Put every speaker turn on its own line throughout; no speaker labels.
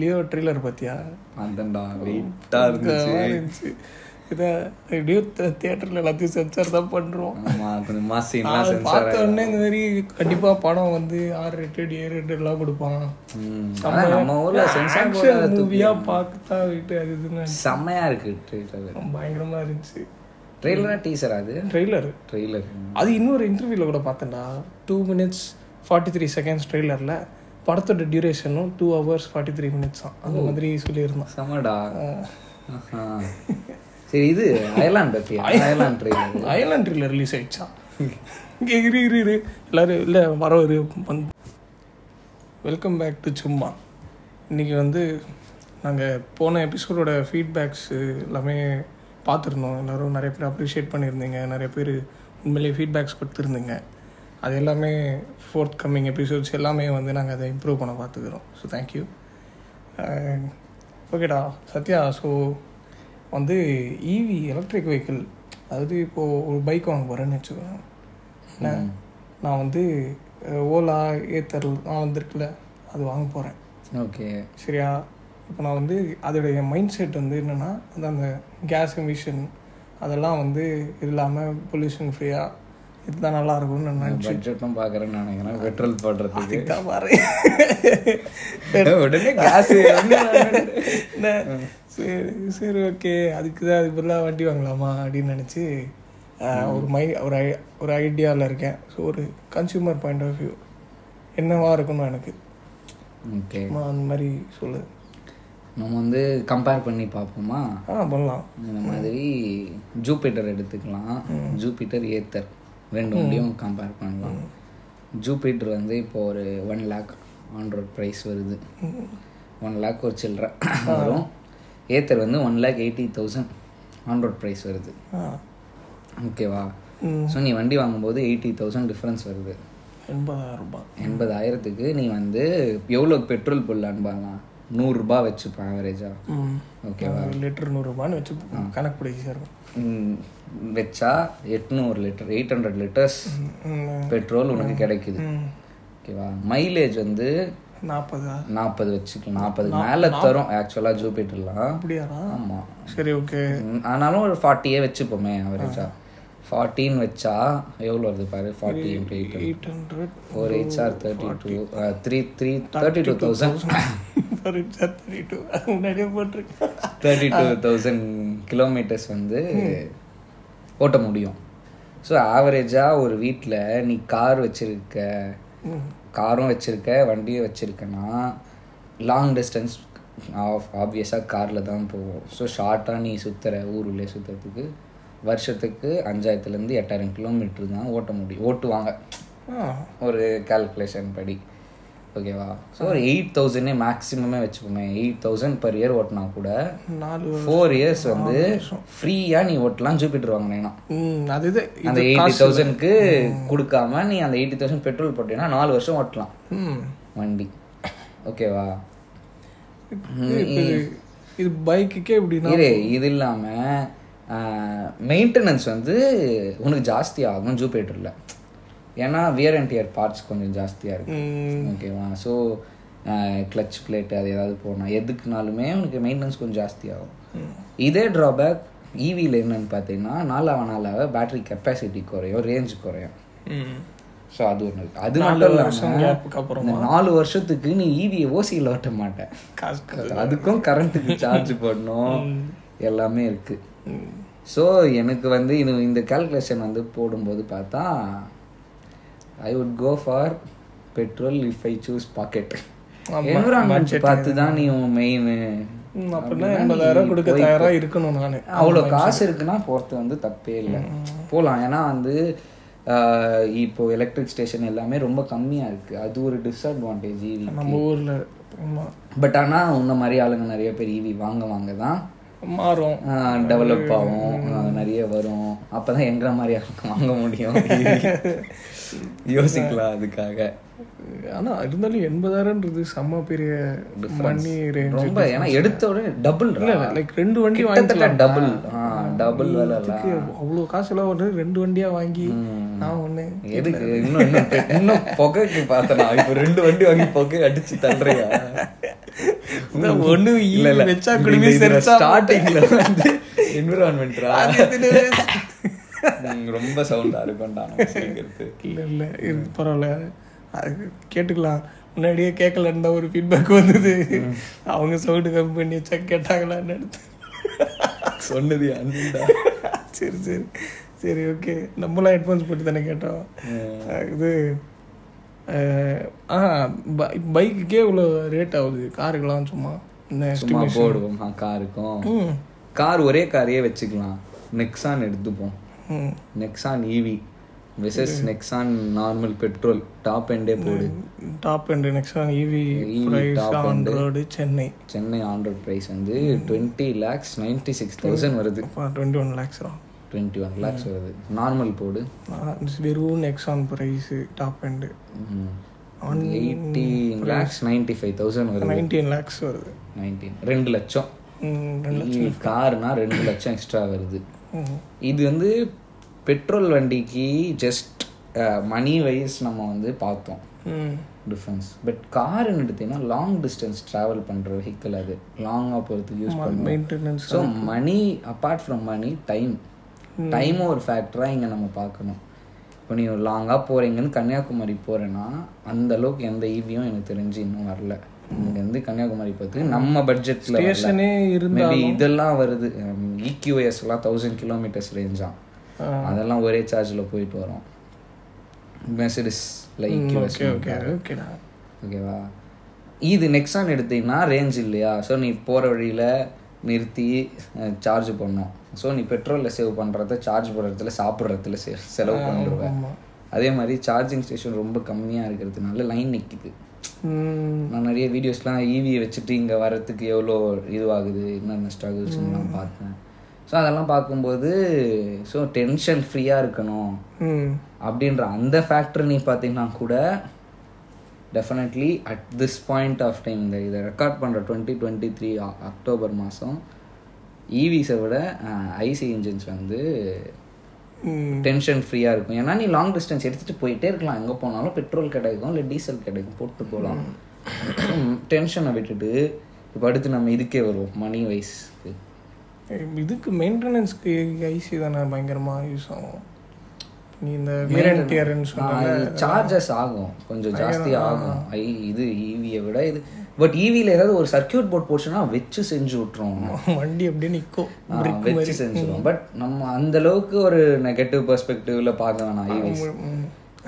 Leo trailer பார்த்தியா
அந்தண்டா வெயிட்டாக இருந்துச்சு
இருந்துச்சு இதை எப்படியோ தியேட்டரில் எல்லாத்தையும் சென்சார் தான் பண்ணுறோம்
ஆமாம் கொஞ்சம் மாஸ் சீன்லாம்
அது
சென்சார்
பார்த்த உடனே இந்த மாதிரி கண்டிப்பாக படம் வந்து ஆர் ரேட்டட் ஏ ரேட்டட்லாம் கொடுப்பான்
அதான் நம்ம ஊர்ல சென்சார் போர்டு
ஆக்ஷன் மூவியாக பார்த்துட்டா விட்டு அது இதுன்னு
செம்மையா இருக்கு ட்ரெய்லர்
பயங்கரமாக இருந்துச்சு
ட்ரெய்லரா டீசர் அது
ட்ரெய்லர்
ட்ரெய்லர்
அது இன்னொரு இன்டர்வியூவில் கூட பார்த்தேன்டா two minutes forty three seconds ட்ரெய்லரில் படத்தோட டியூரேஷனும் two hours forty three minutes தான் அந்த மாதிரி சொல்லியிருந்தான்
செம்மடா ஆஹா. சரி இது அயர்லாந்து பத்தியா Ireland trailer
Ireland trailer release ஆயிடுச்சா இங்கே இரு இரு இரு எல்லாரும் இல்லை வர இரு வந்து வெல்கம் பேக் டு சும்மா இன்றைக்கி வந்து நாங்கள் போன எபிசோடோட ஃபீட்பேக்ஸ் எல்லாமே பார்த்துருந்தோம் எல்லோரும் நிறைய பேர் அப்ரிஷியேட் பண்ணியிருந்தீங்க நிறைய பேர் உண்மையிலேயே ஃபீட்பேக்ஸ் கொடுத்துருந்தீங்க அது எல்லாமே ஃபோர்த் கம்மிங் எபிசோட்ஸ் எல்லாமே வந்து நாங்கள் அதை இம்ப்ரூவ் பண்ண பார்த்துக்கிறோம் ஸோ தேங்க்யூ ஓகேடா சத்யா ஸோ வந்து E ஈவி எலக்ட்ரிக் வெஹிக்கிள் அதாவது இப்போது ஒரு பைக் வாங்க போகிறேன்னு வச்சுக்கோங்க என்ன நான் வந்து அஹ், ஓலா ஏத்தர் நான் வந்திருக்குல்ல அது வாங்க போகிறேன்
ஓகே
சரியா இப்போ நான் வந்து அதோடைய மைண்ட் செட் வந்து என்னென்னா அந்த அந்த கேஸ் எமிஷன் அதெல்லாம் வந்து இல்லாமல் பொல்யூஷன் ஃப்ரீயாக இதுதான் நல்லா இருக்கும்னு நான் நினைச்சேன்.
பட்ஜெட்டும் பாக்குறேன்னு நினைக்கிறேன் பெட்ரோல் போடுறதுக்கு
இதுதான் பாரு
உடனே காசு
என்ன சரி சரி ஓகே அதுக்கு தான் அதுக்கு பதிலாக வண்டி வாங்கலாமா அப்படின்னு நினச்சி ஒரு மை ஒரு ஐ ஒரு ஐடியாவில் இருக்கேன் ஸோ ஒரு கன்சியூமர் பாயிண்ட் ஆஃப் வியூ என்னவா இருக்கணும் எனக்கு
ஓகே
அம்மா, அந்த மாதிரி சொல்லு
நம்ம வந்து கம்பேர் பண்ணி பார்ப்போமா
ஆ பண்ணலாம்
இந்த மாதிரி ஜூபிட்டர் எடுத்துக்கலாம் ஜூபிட்டர் ஏத்தர் ரெண்டு வண்டியும் கம்பேர் பண்ணலாம் ஜூபிட்டர் வந்து இப்போ ஒரு one lakh on road price வருது ஒன் லேக் ஒரு சில்லற வரும் ஏத்தர் வந்து one lakh eighty thousand on road price வருது
ஆ
ஓகேவா
ம்.
ஸோ நீ வண்டி வாங்கும்போது எயிட்டி தௌசண்ட் டிஃப்ரென்ஸ் வருது
எண்பதாயிரம் ரூபாய்
எண்பதாயிரத்துக்கு நீ வந்து எவ்வளோ பெட்ரோல் போடலான்னு பாருங்க நூறுரூபா வச்சுப்பேன் ஆவரேஜாக
ம்
ஓகேவா
ஒரு லிட்டர் நூறுரூபான்னு வச்சு கணக்கு பிடிச்சி சார்
ம், வச்சா எட்நூறு litre eight hundred litres petrol உனக்கு கிடைக்குது ஓகேவா மைலேஜ் வந்து
நாற்பதா
நாற்பது வச்சுக்கலாம் நாற்பதுக்கு மேலே தரும் ஆக்சுவலாக ஜூபிட்டர்லாம்
அப்படியாடா
ஆமாம்
சரி ஓகே
ஆனாலும் ஒரு ஃபார்ட்டியே வச்சுப்போமே அவரேஜா ஃபார்ட்டின்னு வச்சா எவ்வளோ வருது பாரு forty into eight
eight hundred
four HR thirty two three three thirty two thousand
thirty two முன்னாடியே போட்டிருக்கேன்
தேர்ட்டி டூ தௌசண்ட் கிலோமீட்டர்ஸ் வந்து ஓட்ட முடியும் ஸோ ஆவரேஜாக ஒரு வீட்டில் நீ கார் வச்சிருக்க காரும் வச்சிருக்க வண்டியும் வச்சிருக்கனா லாங் டிஸ்டன்ஸ் ஆஃப் ஆப்வியஸாக காரில் தான் போவோம் ஸோ ஷார்ட்டாக நீ சுற்றுற ஊர் உள்ளே சுற்றுறதுக்கு வருஷத்துக்கு அஞ்சாயிரத்துலேருந்து எட்டாயிரம் கிலோமீட்டர் தான் ஓட்ட முடியும் ஓட்டுவாங்க
ஆ
ஒரு கால்குலேஷன் படி ஓகேவா ஸோ ஒரு எயிட் தௌசண்டே மேக்ஸிமமே வச்சுக்கோமே எயிட் தௌசண்ட் பர் இயர் ஓட்டினா கூட
நாலு
ஃபோர் இயர்ஸ் வந்து ஃப்ரீயாக நீ ஓட்டலாம் ஜூபிட்டர் வாங்கினேன்னா
ம் அது இது
அந்த எயிட்டி தௌசண்ட்க்கு கொடுக்காம நீ அந்த எயிட்டி தௌசண்ட் பெட்ரோல் போட்டீங்கன்னா நாலு வருஷம் ஓட்டலாம்
ம்
வண்டி ஓகேவா
இது- இது இது பைக்குக்கே இப்படின்னா
இரு இது இல்லாமல் மெயின்டெனன்ஸ் வந்து உனக்கு ஜாஸ்தி ஆகும் ஜூபிட்டரில் ஏன்னா வியர் அண்ட் டியர் பார்ட்ஸ் கொஞ்சம் ஜாஸ்தியாக இருக்கும்
ம்,
ஓகேவா ஸோ கிளச் பிளேட் அது ஏதாவது போனால் எதுக்குனாலுமே உனக்கு மெயின்டெனன்ஸ் கொஞ்சம் ஜாஸ்தி ஆகும் இதே ட்ராபேக் ஈவியில் என்னன்னு பார்த்தீங்கன்னா நாளாக நாளாக பேட்டரி கெப்பாசிட்டி குறையும் ரேஞ்ச் குறையும்
ம்.
ஸோ அது ஒன்று இருக்கு அது மட்டும்
வருஷம்
இல்லாமல்
gap க்கு அப்புறம்
இந்த நாலு வருஷத்துக்கு நீ E ஈவியை ஓசியில் ஓட்ட மாட்டேன்
காசு க-
அதுக்கும் கரண்ட்டுக்கு சார்ஜ் பண்ணணும் எல்லாமே இருக்கு ஸோ எனக்கு வந்து இது இந்த கால்குலேஷன் வந்து போடும்போது பார்த்தா I would go for petrol if I choose pocket environment பார்த்து தான் நீ உன் மெயின்
ம், அப்படின்னா எண்பதாயிரம் கொடுக்க தயாரா இருக்கணும் நானு
அவ்வளோ காசு இருக்குன்னா போகிறது வந்து தப்பே இல்லை போகலாம் ஏன்னா வந்து ஆஹ், இப்போ எலக்ட்ரிக் ஸ்டேஷன் எல்லாமே ரொம்ப கம்மியாக இருக்குது அது ஒரு டிஸ்அட்வான்டேஜ் ஈவி
நம்ம ஊர்ல ஆமா.
பட் ஆனால் உன்ன மாதிரி ஆளுங்க நிறைய பேர் ஈவி வாங்க வாங்க தான்
மாறும்
டெவலப் ஆகும் ஆஹ் நிறைய வரும் அப்போ தான் எங்கிற மாதிரி ஆளுக்கு வாங்க முடியும் யோசிக்கலாம் அதுக்காக
ஆனா இருந்தாலும் எண்பதாயிரம்ன்றது செம்ம பெரிய மணி ரேஞ்ச்
ரொம்ப ஏன்னா எடுத்த உடனே டபுள்
லைக் ரெண்டு வண்டி
கிட்டத்தட்ட டபுள் டபுள் வேலை இல்ல.
வாங்கிக்கு அவ்வளோ காசு எல்லாம் வந்து ரெண்டு வண்டியா வாங்கி நான் ஒண்ணு
எதுக்கு இன்னும் இன்னும் பெ- இன்னும் புகைக்கு பார்த்தனா இப்போ ரெண்டு வண்டி வாங்கி புகை அடிச்சு தள்ளுறியா
ஒண்ணு
இல்ல இல்ல
வச்சா குடுமி செரிச்சா
ஸ்டார்டிங்ல வந்து என்விரான்மெண்ட்ரா
அது எதுன்னு-
ரொம்ப சவுண்டா இருக்கும்டா நம்ம கேக்குறது
இல்லை இல்லை இது பரவாயில்ல அது கேட்டுக்கலாம் முன்னாடியே கேட்கலன்னு தான் ஒரு ஃபீட்பேக் வந்தது அவங்க சவுண்டு கம்மி பண்ணி வச்சா கேட்டாங்களான்னு எடுத்து
சொன்னது அன்புடா
சரி சரி சரி ஓகே நம்மளாம் ஹெட்ஃபோன்ஸ் போட்டு தானே கேட்டோம் அஹ் இது அஹ், ஆ பைக்குக்கே இவ்வளோ ரேட் ஆகுது காருக்கெல்லாம் சும்மா இந்த
சும்மா போடுவோம் ஆ, காருக்கும்
ம்
கார் ஒரே காரையே வச்சுக்கலாம் நெக்ஸான் எடுத்துப்போம் E
ம்
Nexon EV versus Nexon normal petrol top எண்டே போடு
top and next EV
EV
price on road Chennai
Chennai on road price வந்து twenty lakhs ninety six thousand வருது
டுவெண்ட்டி ஒன் லேக்ஸ் தான்
டுவெண்ட்டி ஒன் லேக்ஸ் வருது நார்மல் போடு
நான் வெறும் Nexon price top end
eighty lakhs ninety five thousand வருது
நைன்டீன் லேக்ஸ் வருது
நைன்டீன் ரெண்டு லட்சம்
ம், ரெண்டு-
கார்னா ரெண்டு லட்சம் எக்ஸ்ட்ரா வருது
ம்,
இது வந்து பெட்ரோல் வண்டிக்கு ஜஸ்ட் மணி வைஸ் நம்ம வந்து பார்த்தோம்
ம்,
டிஃப்ரென்ஸ் பட் காருன்னு எடுத்தீங்கன்னா லாங் டிஸ்டன்ஸ் ட்ராவல் பண்ணுற வெஹிக்கிள் அது லாங்காக போகிறதுக்கு யூஸ் பண்ணுவோம்
maintenance.
So money apart from money time டைமும் ஒரு ஃபேக்டராக இங்கே நம்ம பார்க்கணும் இப்போ நீ ஒரு லாங்காக போகிறீங்கன்னு கன்னியாகுமரி போகிறேன்னா அந்த அளவுக்கு எந்த ஈவியும் எனக்கு தெரிஞ்சு இன்னும் வரல இங்கேருந்து கன்னியாகுமரி பார்த்து நம்ம பட்ஜெட்டில்
ஸ்டேஷனே இருந்தா
மேபி இதெல்லாம் வருது EQS எல்லாம் தௌசண்ட் கிலோமீட்டர்ஸ் ரேஞ்சா அதெல்லாம் ஒரே சார்ஜில் போயிட்டு வரோம் மெசடிஸில் EQS
ஓகே ஓகே ஓகேடா
ஓகேவா இது நெக்ஸான் எடுத்தீங்கன்னா ரேஞ்ச் இல்லையா ஸோ நீ போகிற வழியில் நிறுத்தி சார்ஜ் பண்ணும் ஸோ நீ பெட்ரோலில் சேவ் பண்ணுறத சார்ஜ் போடுறதுல சாப்பிட்றதுல செ செலவு பண்ணிடுவ அதே மாதிரி சார்ஜிங் ஸ்டேஷன் ரொம்ப கம்மியாக இருக்கிறதுனால லைன் நிற்கிது
ம்,
நான் நிறைய வீடியோஸ்லாம் ஈவியை வச்சுட்டு இங்கே வர்றதுக்கு எவ்வளோ இதுவாகுது என்னென்ன ஸ்ட்ரகிள்ஸ்லாம் பார்த்தேன் ஸோ அதெல்லாம் பார்க்கும்போது ஸோ டென்ஷன் ஃப்ரீயாக இருக்கணும்
ம்,
அப்படின்ற அந்த ஃபேக்டர் நீ பார்த்தீங்கன்னா கூட definitely at this point of time இந்த இதை ரெக்கார்ட் பண்ணுற டுவெண்ட்டி டுவெண்ட்டி த்ரீ அக்டோபர் மாதம் ஈவிஸை E விட ஐசி இன்ஜின்ஸ் வந்து
ம்,
டென்ஷன் ஃப்ரீயாக இருக்கும் ஏன்னா நீ லாங் டிஸ்டன்ஸ் எடுத்துகிட்டு போயிட்டே இருக்கலாம் எங்கே போனாலும் பெட்ரோல் கிடைக்கும் இல்லை டீசல் கிடைக்கும் போட்டு போகலாம் டென்ஷனை விட்டுட்டு இப்போ அடுத்து நம்ம இதுக்கே வருவோம் மணி வைஸ்க்கு
இதுக்கு மெயின்டெனன்ஸ்க்கு ஐசி தானே பயங்கரமா யூஸ் ஆகும் நீ இந்த வேரண்டியர்னு சொன்ன
சார்ஜஸ் ஆகும் கொஞ்சம் ஜாஸ்தி ஆகும் ஐ இது ஈவியை விட இது பட் ஈவியில் ஏதாவது ஒரு சர்க்கியூட் போர்ட் போச்சுன்னா வச்சு செஞ்சு விட்டுரும்
வண்டி அப்படியே நிற்கும்
ஆ, வச்சு செஞ்சுரும் பட் நம்ம அந்த அளவுக்கு ஒரு நெகட்டிவ் பெர்ஸ்பெக்டிவ்ல பார்க்க வேணாம் E ஈவிஸ்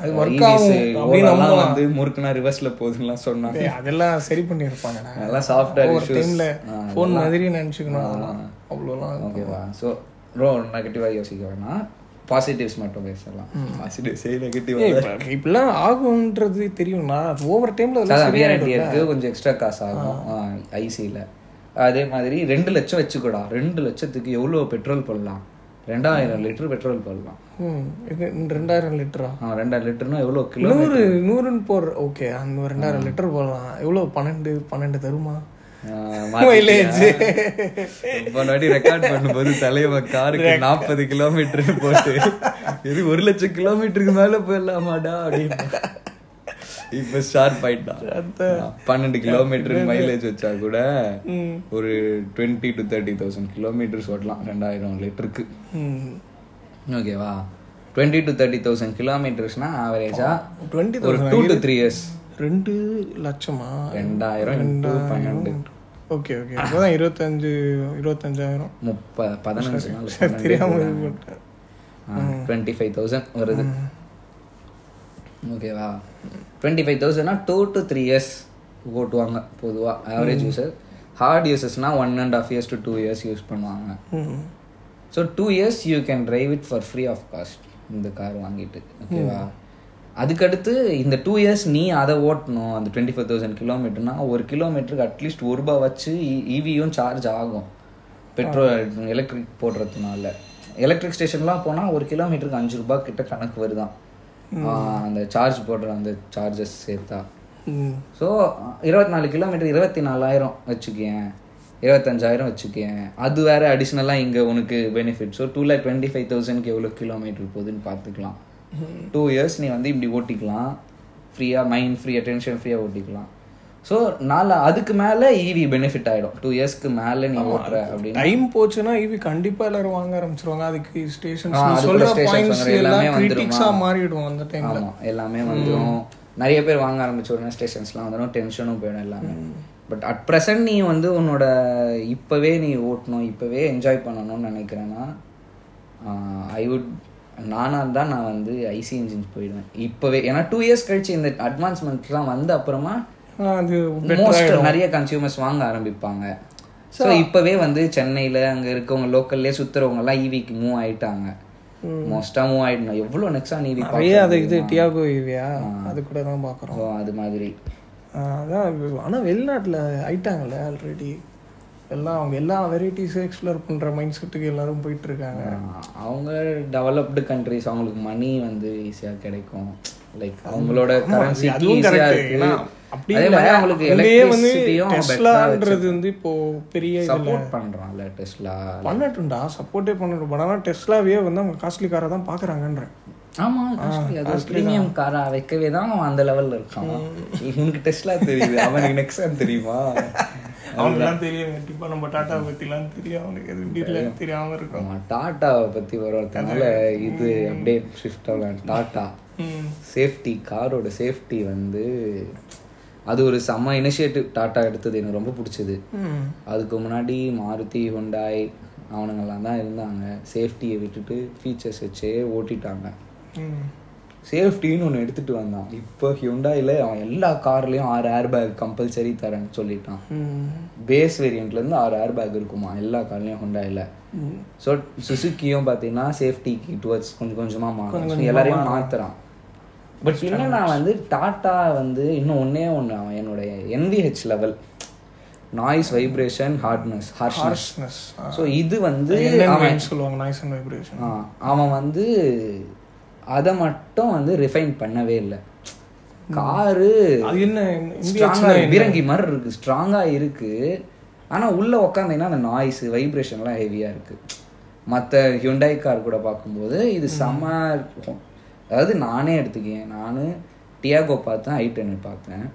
அது
ஈவிஸ் வந்து முறுக்குனா ரிவர்ஸ்ல போகுதுன்னுலாம் சொன்னாங்க
ஏய், அதெல்லாம் சரி பண்ணியிருப்பாங்கடா
நல்லா சாஃப்டா
ஒரு டைம்ல ஃபோன் மாதிரி நினச்சிக்கணும் அதெல்லாம் அவ்வளோலாம்
ஓகேவா ஸோ ரோ நெகட்டிவாக யோசிக்க வேணாம் பாசிட்டிவ்ஸ் மட்டும் பேசலாம் பாசிட்டிவ்ஸே நெகட்டிவ்
இப்ப- இப்படிலாம் ஆகும்ன்றது தெரியும்னா ஓவர் டைம்ல அதெல்லாம்
அதான் விஆர்டிஆருக்கு கொஞ்சம் எக்ஸ்ட்ரா காசு ஆகும் ஐசியில் அதே மாதிரி ரெண்டு லட்சம் வச்சுக்கூடா ரெண்டு லட்சத்துக்கு எவ்வளோ பெட்ரோல் போடலாம் ரெண்டாயிரம் லிட்டர் பெட்ரோல் போடலாம்
ம், இது ரெண்டாயிரம் லிட்டரா
ஆ, ரெண்டாயிரம் லிட்டர்னா எவ்வளோ கிலோ
நூறு நூறுன்னு போடுற ஓகே அந்த ஒரு ரெண்டாயிரம் லிட்டர் போடலாம் எவ்வளோ பன்னெண்டு பன்னெண்டு தருமா mileage.
முன்னாடி ரெக்கார்ட் பண்ணும்போது தலைவ காருக்கு நாற்பது கிலோமீட்டர் போட்டு இது ஒரு லட்சம் கிலோமீட்டருக்கு மேல போயிடலாமாடா அப்படின்னு இப்ப ஷார்ப் ஆயிட்டா பன்னெண்டு கிலோமீட்டர் மைலேஜ் வச்சா கூட ஒரு twenty to thirty thousand kilometres ஓட்டலாம் ரெண்டாயிரம் லிட்டருக்கு
ம்
ஓகேவா டுவெண்ட்டி டு தேர்ட்டி தௌசண்ட் கிலோமீட்டர்ஸ்னா ஆவரேஜா
டுவெண்ட்டி
ஒரு டூ டு த்ரீ இயர்ஸ்
ரெண்டு லட்சமா
ரெண்டாயிரம் into பன்னெண்டு
ஓகே ஓகே அப்போதான் இருபத்தஞ்சு இருபத்தஞ்சாயிரம்
முப்ப பதினஞ்சு நாள்
தெரியாம இது பண்ணிட்டேன்.
டுவெண்ட்டி ஃபைவ் தௌசண்ட் வருது ஓகேவா டுவெண்ட்டி ஃபைவ் தௌசண்ட்னா டூ டு த்ரீ இயர்ஸ் ஓட்டுவாங்க பொதுவாக ஆவரேஜ் யூசர் ஹார்ட் யூசஸ்னா one and half years to two years use பண்ணுவாங்க
ம்
so two years you can drive it for free of cost இந்த car வாங்கிட்டு ஓகேவா அதுக்கடுத்து இந்த டூ இயர்ஸ் நீ அதை ஓட்டணும் அந்த டுவெண்ட்டி ஃபைவ் தௌசண்ட் கிலோமீட்டர்னா ஒரு கிலோமீட்டருக்கு அட்லீஸ்ட் ஒரு ரூபா வச்சு E, ஈவியும் சார்ஜ் ஆகும் பெட்ரோல் எலக்ட்ரிக் போடுறதுனால எலக்ட்ரிக் ஸ்டேஷன்லாம் போனால் ஒரு கிலோமீட்டருக்கு அஞ்சு ரூபா கிட்ட கணக்கு வருதான் ஆஹ் அந்த சார்ஜ் போடுற அந்த சார்ஜஸ் சேர்த்தா
ம்
ஸோ இருபத்தி நாலு கிலோமீட்டர் இருபத்தி நாலாயிரம் வச்சுக்கேன் இருபத்தஞ்சாயிரம் வச்சுக்கேன் அது வேற அடிஷ்னலாக இங்கே உனக்கு benefit so two lakh twenty five தௌசண்ட்க்கு எவ்வளோ கிலோமீட்டர் போகுதுன்னு பார்த்துக்கலாம் டூ இயர்ஸ் நீ வந்து இப்படி ஓட்டிக்கலாம் ஃப்ரீயாக மைண்ட் ஃப்ரீயாக டென்ஷன் ஃப்ரீயாக ஓட்டிக்கலாம் ஸோ நாலு அதுக்கு E மேலே ஈவி பெனிஃபிட் ஆகிடும் டூ இயர்ஸ்க்கு மேலே நீ ஓட்டுற அப்படின்னு
டைம் போச்சுன்னா இவி கண்டிப்பா எல்லாரும் வாங்க ஆரம்பிச்சிருவாங்க அதுக்கு ஸ்டேஷன்
ஆ, அதுக்குள்ள
சொல்ற
stations
பாயிண்ட்ஸ்
வர எல்லாமே
எல்லாம்
வந்துருமா?
கிரிட்டிக்ஸா மாறிடுவோம் அந்த டைம்ல
ஆமாம் எல்லாமே வந்துடும் நிறைய பேர் வாங்க ஆரம்பிச்ச உடனே ஸ்டேஷன்ஸ்லாம் வந்துடும் டென்ஷனும் போயிடும் எல்லாமே பட் அட் ப்ரெசன்ட் நீ வந்து உன்னோட இப்போவே நீ ஓட்டணும் இப்போவே என்ஜாய் பண்ணணும்னு நினைக்கிறேன்னா ஐ வுட் நானாக இருந்தால் நான் வந்து ஐசி இன்ஜின் போயிடுவேன் இப்போவே ஏன்னா டூ இயர்ஸ் கழிச்சு இந்த அட்வான்ஸ்மெண்ட்லாம் வந்த அப்புறமா
ஆனா, அது
மோஸ்ட் நிறைய கன்சியூமர்ஸ் வாங்க ஆரம்பிப்பாங்க ஸோ இப்போவே வந்து சென்னையில் அங்கே இருக்கவங்க E லோக்கல்லே சுற்றுறவங்கலாம் ஈவிக்கு மூவ் ஆயிட்டாங்க மோஸ்டாக மூவ் ஆயிடணும் எவ்வளோ E நெக்ஸ்டாக நீவி
நிறைய அது இது டியாகோ இவியா அது கூட தான் பாக்குறோம்
பார்க்குறோம் அது மாதிரி
ஆஹ் அதான் இது- ஆனா வெளிநாட்டுல ஆயிட்டாங்கல்ல ஆல்ரெடி எல்லாம் அவங்க எல்லா வெரைட்டிஸும் எக்ஸ்ப்ளோர் பண்ற மைண்ட் செட்டுக்கு எல்லாரும் போயிட்டு இருக்காங்க
ஆஹ் அவங்க டெவலப்டு கண்ட்ரிஸ் அவங்களுக்கு மணி வந்து ஈஸியாக கிடைக்கும் லைக் அவங்களோட கரன்சிக்கு
அதுவும்
ஈஸியாக
correct.
இருக்கு
ஏன்னா, அப்படி
அதே
இல்ல.
மாதிரி அவங்களுக்கு
அங்கேயே வந்து
எலக்ட்ரிசிட்டியும்
டெஸ்லான்றது வந்து இப்போ பெரிய
சப்போர்ட் பண்ணுறான்ல டெஸ்லா
பண்ணட்டும்டா சப்போர்ட்டே பண்ணட்டும் பட் ஆனால் டெஸ்லாவே வந்து அவங்க காஸ்ட்லி காரை தான் பார்க்குறாங்கன்றேன்
ஆமாம் அது ப்ரீமியம் காரா வைக்கவே தான் அவன் அந்த லெவலில் இருக்கான் உனக்கு டெஸ்லா தெரியுது அவனுக்கு நெக்ஸான் தெரியுமா
அவனுக்குலாம் தெரியும் கண்டிப்பாக நம்ம டாட்டா பற்றிலாம் தெரியும் அவனுக்கு எது டீட்டெயில் தெரியாமல் இருக்கும்
ஆமா, டாட்டாவை பற்றி வர்றதுனால இது அப்படியே ஷிஃப்ட் ஆகலாம் டாட்டா
ம்
சேஃப்டி காரோட சேஃப்டி வந்து அது ஒரு செம்ம இனிஷியேட்டிவ் டாட்டா எடுத்தது எனக்கு ரொம்ப பிடிச்சது
ம்
அதுக்கு முன்னாடி மாருதி ஹுண்டாய் அவனுங்கெல்லாம் தான் இருந்தாங்க சேஃப்டியை விட்டுட்டு ஃபீச்சர்ஸ் வச்சே ஓட்டிட்டாங்க
ம்
சேஃப்டின்னு ஒன்று எடுத்துட்டு வந்தான் இப்போ ஹியூண்டாயில் அவன் எல்லா கார்லேயும் ஆறு ஏர் பேக் கம்பல்சரி தரேன்னு சொல்லிட்டான்
ம்
பேஸ் வேரியண்ட்லேருந்து ஆறு ஏர் பேக் இருக்குமா எல்லா கார்லேயும் ஹுண்டாயில் ஸோ சுசுக்கியும் பார்த்தீங்கன்னா சேஃப்டிக்கு டுவர்ட்ஸ் கொஞ்சம் கொஞ்சமாக மாறும் எல்லாரையும் மாற்றுறான் பட் இன்னும் நான் வந்து டாட்டா வந்து இன்னும் ஒன்றே ஒன்று அவன் என்னுடைய NVH level noise vibration hardness harshness
harshness
so இது வந்து அவன்
என்னன்னு சொல்லுவாங்க நாய்ஸ் அண்ட் வைப்ரேஷன்
ஆ, அவன் வந்து அதை மட்டும் வந்து ரிஃபைன் பண்ணவே இல்லை காரு
அது என்ன
ஸ்ட்ராங்கா பீரங்கி மாதிரி இருக்கு ஸ்ட்ராங்கா இருக்கு ஆனா உள்ள உக்காந்தீங்கன்னா அந்த நாய்ஸ் வைப்ரேஷன்லாம் ஹெவியா இருக்கு மற்ற ஹியூண்டாய் கார் கூட பார்க்கும்போது இது செம இருக்கும் அதாவது நானே எடுத்துக்கேன் நான் டியாகோ பார்த்தேன் ஐ பார்த்தேன்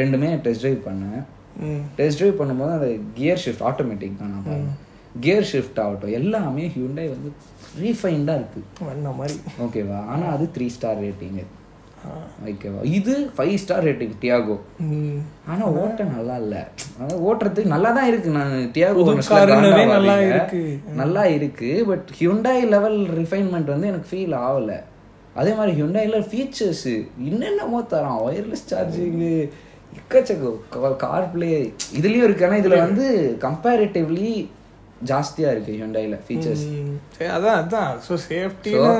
ரெண்டுமே டெஸ்ட் டிரைவ் பண்ணேன்
ம்
டெஸ்ட் டிரைவ் பண்ணும்போது அந்த கியர் ஷிஃப்ட் ஆட்டோமேட்டிக் தான் நான் கியர் ஷிஃப்ட் ஆகட்டும் எல்லாமே ஹியூண்டாய் வந்து ரீஃபைண்டாக இருக்குது
வண்ண மாதிரி
ஓகேவா ஆனால் அது த்ரீ ஸ்டார் ரேட்டிங்கு
ஆ.
ஓகேவா இது ஃபைவ் ஸ்டார் ரேட்டிங் டியாகோ
ம்
ஆனா ஓட்ட நல்லா இல்ல அதாவது ஓட்டுறதுக்கு நல்லா தான் இருக்கு நான் டியாகோ
புது
ஒன்னுஸ்ல
காருன்னவே
grand-ஆ
நல்லா
வாரீங்க.
இருக்கு.
நல்லா இருக்கு பட் ஹியூண்டாய் லெவல் ரிஃபைன்மெண்ட் வந்து எனக்கு ஃபீல் ஆகல அதே மாதிரி ஹியூண்டாயில ஃபீச்சர்ஸ் என்னென்னமோ தரான் ஒயர்லெஸ் சார்ஜிங் எக்கச்சக்க கார் பிளே இதுலயும் இருக்கு ஆனா இதுல வந்து கம்பேரிட்டிவ்லி ஜாஸ்தியா இருக்கு ஹியூண்டாயில ஃபீச்சர்ஸ்
ம். சரி அதான் அதான் ஸோ சேஃப்டின்னு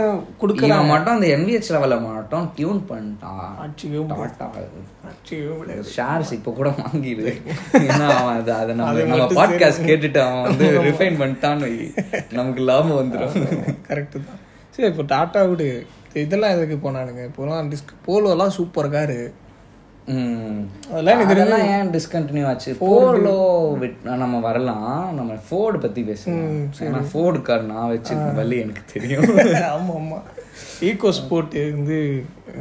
கொடுக்குற
இவன் மட்டும் அந்த என்விஹெச் லெவல மட்டும் டியூன் பண்ணிட்டான்
ஆட்சியும்
டாட்டா
ஆட்சியும் விட
ஷேர்ஸ் இப்போ கூட வாங்கிடு ஏன்னா அவன் அது அதை நம்ம நம்ம பாட்காஸ்ட் கேட்டுட்டு அவன் வந்து ரிஃபைன் பண்ணிட்டான்னு வை. நமக்கு லாபம் வந்துடும்
கரெக்டு தான் சரி இப்போ டாட்டா விடு இதெல்லாம் எதுக்கு போனானுங்க இப்போலாம் டிஸ்க் போலோலாம் சூப்பர் காரு அதெல்லாம்
அதெல்லாம் ஏன் டிஸ்கண்டினியூ ஆச்சு போலோ நம்ம வரலாம் நம்ம ஃபோர்டு பத்தி பேசணும் ஏன்னா ஃபோர்டு கார் நான் வச்சிருக்க வழி எனக்கு தெரியும்
ஆமாம் ஆமாம் ஈகோ ஸ்போர்ட் வந்து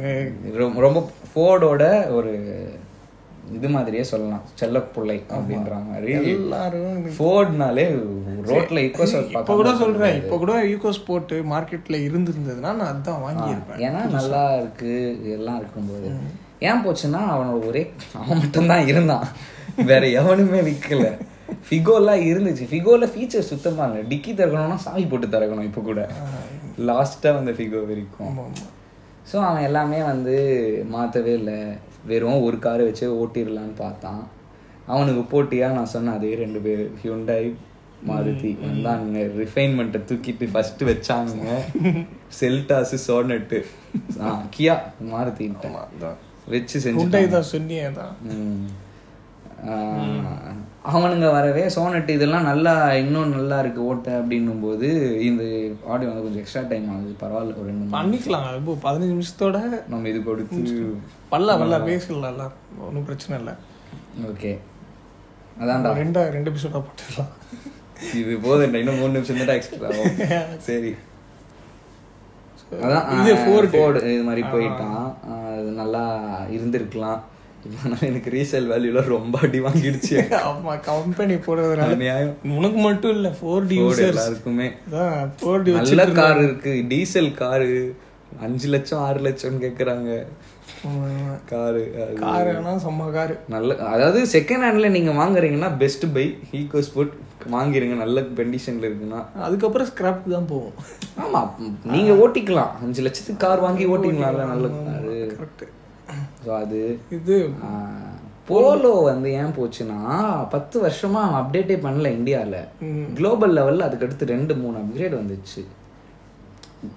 அஹ்,
ரொம்- ரொம்ப ஃபோர்டோட ஒரு இது மாதிரியே சொல்லலாம் செல்ல பிள்ளை அப்படின்ற மாதிரி
எல்லாரும்
ஃபோர்ட்னாலே ரோட்ல ஈக்கோ
இப்போ கூட சொல்கிறேன் இப்போ கூட ஈகோ ஸ்போர்ட் மார்க்கெட்டில் இருந்திருந்ததுன்னா நான் அதான் வாங்கியிருப்பேன்
ஏன்னா நல்லா இருக்கு எல்லாம் இருக்கும்போது ஏன் போச்சுன்னா அவனோட ஒரே அவன் மட்டும்தான் இருந்தான் வேற எவனுமே விற்கல ஃபிகோலாம் இருந்துச்சு ஃபிகோல ஃபீச்சர் சுத்தமா இல்லை டிக்கி திறக்கணும்னா சாவி போட்டு திறக்கணும் இப்போ கூட லாஸ்ட்டாக வந்த ஃபிகோ வரைக்கும்
ஆமாம் ஆமாம்
ஸோ அவன் எல்லாமே வந்து மாற்றவே இல்லை வெறும் ஒரு காரை வச்சு ஓட்டிடலான்னு பார்த்தான் அவனுக்கு போட்டியாக நான் சொன்ன அதே ரெண்டு பேர் ஹியூண்டாய் மாருதி வந்தானுங்க ரிஃபைன்மெண்ட்டை தூக்கிட்டு ஃபஸ்ட்டு வச்சானுங்க செல்டாஸு சோனட்டு ஆ கியா மாருதின்ட்டேன்
அதான்
வச்சு செஞ்சு
உண்டை தான் சொன்னியே தான்
ம். ஆ, அவனுங்க வரவே சோனட் இதெல்லாம் நல்லா இன்னும் நல்லா இருக்கு ஓட்ட அப்படின்னும் போது இந்த ஆடியோ வந்து கொஞ்சம் எக்ஸ்ட்ரா டைம் ஆகுது பரவாயில்ல ஒரு ரெண்டு மணி
பண்ணிக்கலாம் இப்போ பதினஞ்சு நிமிஷத்தோட
நம்ம இது கொடுத்து
பல்ல பல்ல பேசலாம்ல ஒன்றும் பிரச்சனை இல்லை
ஓகே அதான்டா
ரெண்டா ரெண்டு எபிசோடாக போட்டுடலாம்
இது போதும் இன்னும் மூணு நிமிஷம் தான் எக்ஸ்ட்ரா ஆகும் சரி அதான்
இது
ஃபோர்டு இது மாதிரி போயிட்டான் ஆஹ் அது நல்லா இருந்திருக்கலாம் ஆனால் எனக்கு ரீசேல் வேல்யூல ரொம்ப அடி வாங்கிடுச்சு
ஆமா கம்பெனி போடுறதுனால
நியாயம்
உனக்கு மட்டும் இல்ல ஃபோர் டி
Ford எல்லாருக்குமே
தான் ஃபோர் டி
நல்ல கார் இருக்கு டீசல் காரு அஞ்சு லட்சம் ஆறு லட்சம் கேக்குறாங்க காரு
கார் வேணா சும்மா காரு
நல்ல அதாவது செகண்ட் ஹேண்ட்ல நீங்க வாங்குறீங்கன்னா பெஸ்ட் பை ஈகோ ஸ்போர்ட் வாங்கிருங்க நல்ல கண்டிஷன்ல இருக்குன்னா
அதுக்கப்புறம் ஸ்கிராப்க்கு தான் போவோம்
ஆமா நீங்க ஓட்டிக்கலாம் அஞ்சு லட்சத்துக்கு கார் வாங்கி ஓட்டிக்கலாம்ல நல்ல காரு
கரெக்ட்
ஸோ அது
இது
போலோ வந்து ஏன் போச்சுன்னா பத்து வருஷமா அப்டேட்டே பண்ணல இந்தியால குளோபல் லெவல்ல அதுக்கு அடுத்து ரெண்டு மூணு அப்கிரேட் வந்துச்சு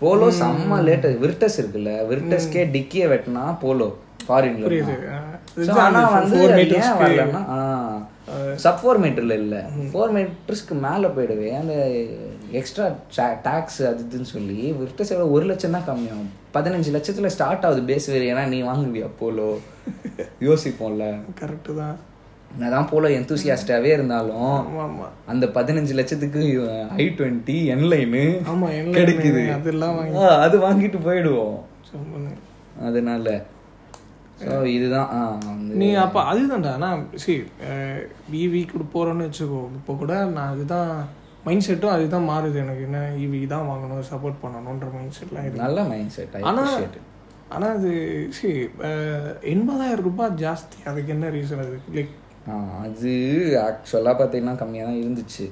போலோ செம்ம லேட் விர்டஸ் இருக்குல்ல விர்டஸ்க்கே டிக்கிய வெட்டினா போலோ ஃபாரின்ல
இது, அஹ், இது
ஆனா வந்து
four
அது
meters
ஏன் வரலன்னா சப் ஃபோர் மீட்டர்ல இல்ல ஃபோர் மீட்டர்ஸ்க்கு மேல போயிடுவே அந்த எக்ஸ்ட்ரா டாக்ஸ் அது இதுன்னு சொல்லி விர்டஸ் எவ்வளவு ஒரு லட்சம் தான் கம்மியாகும் பதினஞ்சு லட்சத்துல ஸ்டார்ட் ஆகுது பேஸ் ஏன்னா நீ வாங்குவியா போலோ யோசிப்போம்ல
கரெக்ட் தான்
நான் தான் போலோ எந்தூசியாஸ்டாவே இருந்தாலும்
ஆமா ஆமா
அந்த பதினஞ்சு லட்சத்துக்கு ஐ டுவெண்ட்டி என்லைனு
ஆமா என்ன
கிடைக்குது
அதெல்லாம் வாங்கி
ஆ, அது வாங்கிட்டு போயிடுவோம்
சும்மா
அதனால ஸோ இதுதான் ஆ, வந்து
நீ அப்போ அதுதான்டா நான் சரி E இவி கூட போகிறோன்னு வச்சுக்கோ இப்போ கூட நான் அதுதான் மைண்ட் செட்டும் அதுதான் மாறுது எனக்கு என்ன இவி தான் வாங்கணும் சப்போர்ட் பண்ணணுன்ற மைண்ட் செட்லாம் இருக்கு
நல்ல மைண்ட் செட்
ஆனால் ஆனால் அது சரி எண்பதாயிரம் ரூபாய் ஜாஸ்தி அதுக்கு என்ன ரீசன் அது லைக்
அது ஆக்சுவலாக பார்த்தீங்கன்னா கம்மியாக தான் இருந்துச்சு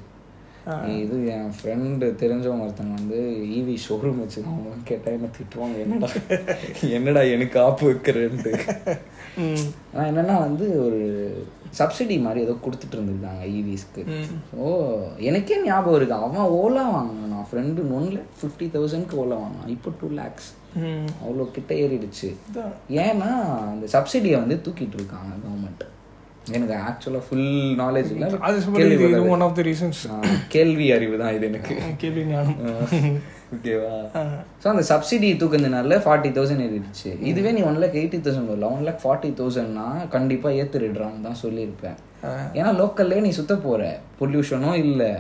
இது என் ஃப்ரெண்டு தெரிஞ்சவங்க ஒருத்தங்க வந்து ஈவி ஷோரூம் வச்சுருக்கோம் கேட்டால் என்ன திட்டுவாங்க என்னடா என்னடா எனக்கு ஆப்பு வைக்கிறேன்ட்டு ஆனால் என்னென்னா வந்து ஒரு சப்சிடி மாதிரி ஏதோ கொடுத்துட்டு இருந்திருக்காங்க E ஈவிஸ்க்கு ஸோ எனக்கே ஞாபகம் இருக்கு அவன் ஓலா வாங்கினான் ஃப்ரெண்டு ஒன் லேக் ஃபிஃப்டி தௌசண்ட்க்கு ஓலா வாங்கினான் இப்போ டூ லேக்ஸ் அவ்வளோ கிட்ட ஏறிடுச்சு
இதான்.
ஏன்னா அந்த சப்சிடியை வந்து தூக்கிட்டு இருக்காங்க கவர்மெண்ட் எனக்கு ஆக்சுவலாக ஃபுல் நாலேஜ் இல்லை
அது சொல்றது இது ஒன் ஆஃப் த ரீசன்ஸ்
கேள்வி அறிவு தான் இது எனக்கு
கேள்வி ஞானம்
ஓகேவா ஸோ அந்த சப்சிடி தூக்குனதுனால ஃபார்ட்டி தௌசண்ட் ஏறிடுச்சு இதுவே நீ ஒன் லேக் எயிட்டி தௌசண்ட் வரல ஒன் லேக் ஃபார்ட்டி தௌசண்ட்னா கண்டிப்பாக ஏற்றுடுறான்னு தான் சொல்லியிருப்பேன் ஏன்னா லோக்கல்லே நீ சுத்த போற பொல்யூஷனும் இல்லை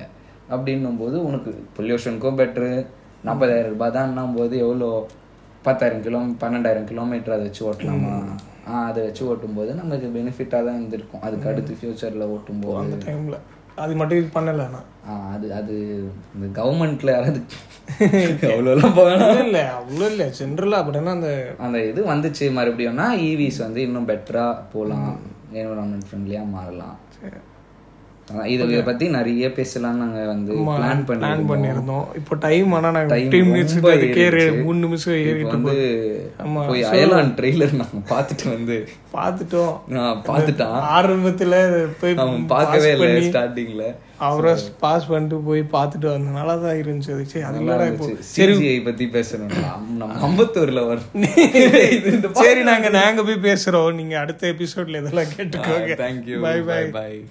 அப்படின்னும் போது உனக்கு பொல்யூஷனுக்கும் பெட்ரு நாற்பதாயிரம் ரூபாய் தான் போது எவ்வளோ பத்தாயிரம் கிலோ பன்னெண்டாயிரம் கிலோமீட்டர் அதை வச்சு ஓட்டலாமா ஆ அதை வச்சு ஓட்டும்போது நமக்கு பெனிஃபிட்டாக தான் இருந்திருக்கும் அதுக்கு அடுத்து ஃபியூச்சரில் ஓட்டும்போது
அந்த டைமில் அது மட்டும் இது பண்ணலை நான்
ஆ, அது அது இந்த கவர்மெண்ட்ல யாராவது அவ்வளோலாம் போகணும்
இல்லை இல்லை அவ்வளோ இல்லை ஜென்ரலாக அப்படின்னா அந்த
அந்த இது வந்துச்சு மறுபடியும்னா ஈவிஸ் வந்து இன்னும் பெட்டரா போகலாம் என்விரான்மெண்ட் ஃப்ரெண்ட்லியா மாறலாம் அதான் இதை பத்தி நிறைய பேசலாம் நாங்க வந்து பிளான்
பிளான்
பண்ணி
பண்ணியிருந்தோம் இப்போ டைம் ஆனால் நாங்கள்
Time
டென் மினிட்ஸ்
ரொம்ப
கேரு
ஏறிடுச்சு.
மூணு நிமிஷம் ஏறி
இப்போ வந்து
ஆமா,
போய் அயலான் ட்ரெய்லர் நாங்க பார்த்துட்டு வந்து
பார்த்துட்டோம்
நான் பார்த்துட்டான்
ஆரம்பத்தில் போய்
அவன் பார்க்கவே இல்லை ஸ்டார்டிங்ல
அவரை பாஸ் பண்ணிட்டு போய் பார்த்துட்டு வந்தோம் நல்லா தான் இருந்துச்சு அது சரி அது இல்லடா இப்போ
சிஜிஐ பத்தி பேசணும் நம்ம அம்பத்தூர்ல வரும் இது இந்த
சரி நாங்க நாங்க போய் பேசுறோம் நீங்க அடுத்த எபிசோட்ல இதெல்லாம் கேட்டுக்கோங்க
தேங்க்யூ
Bye,
பை பை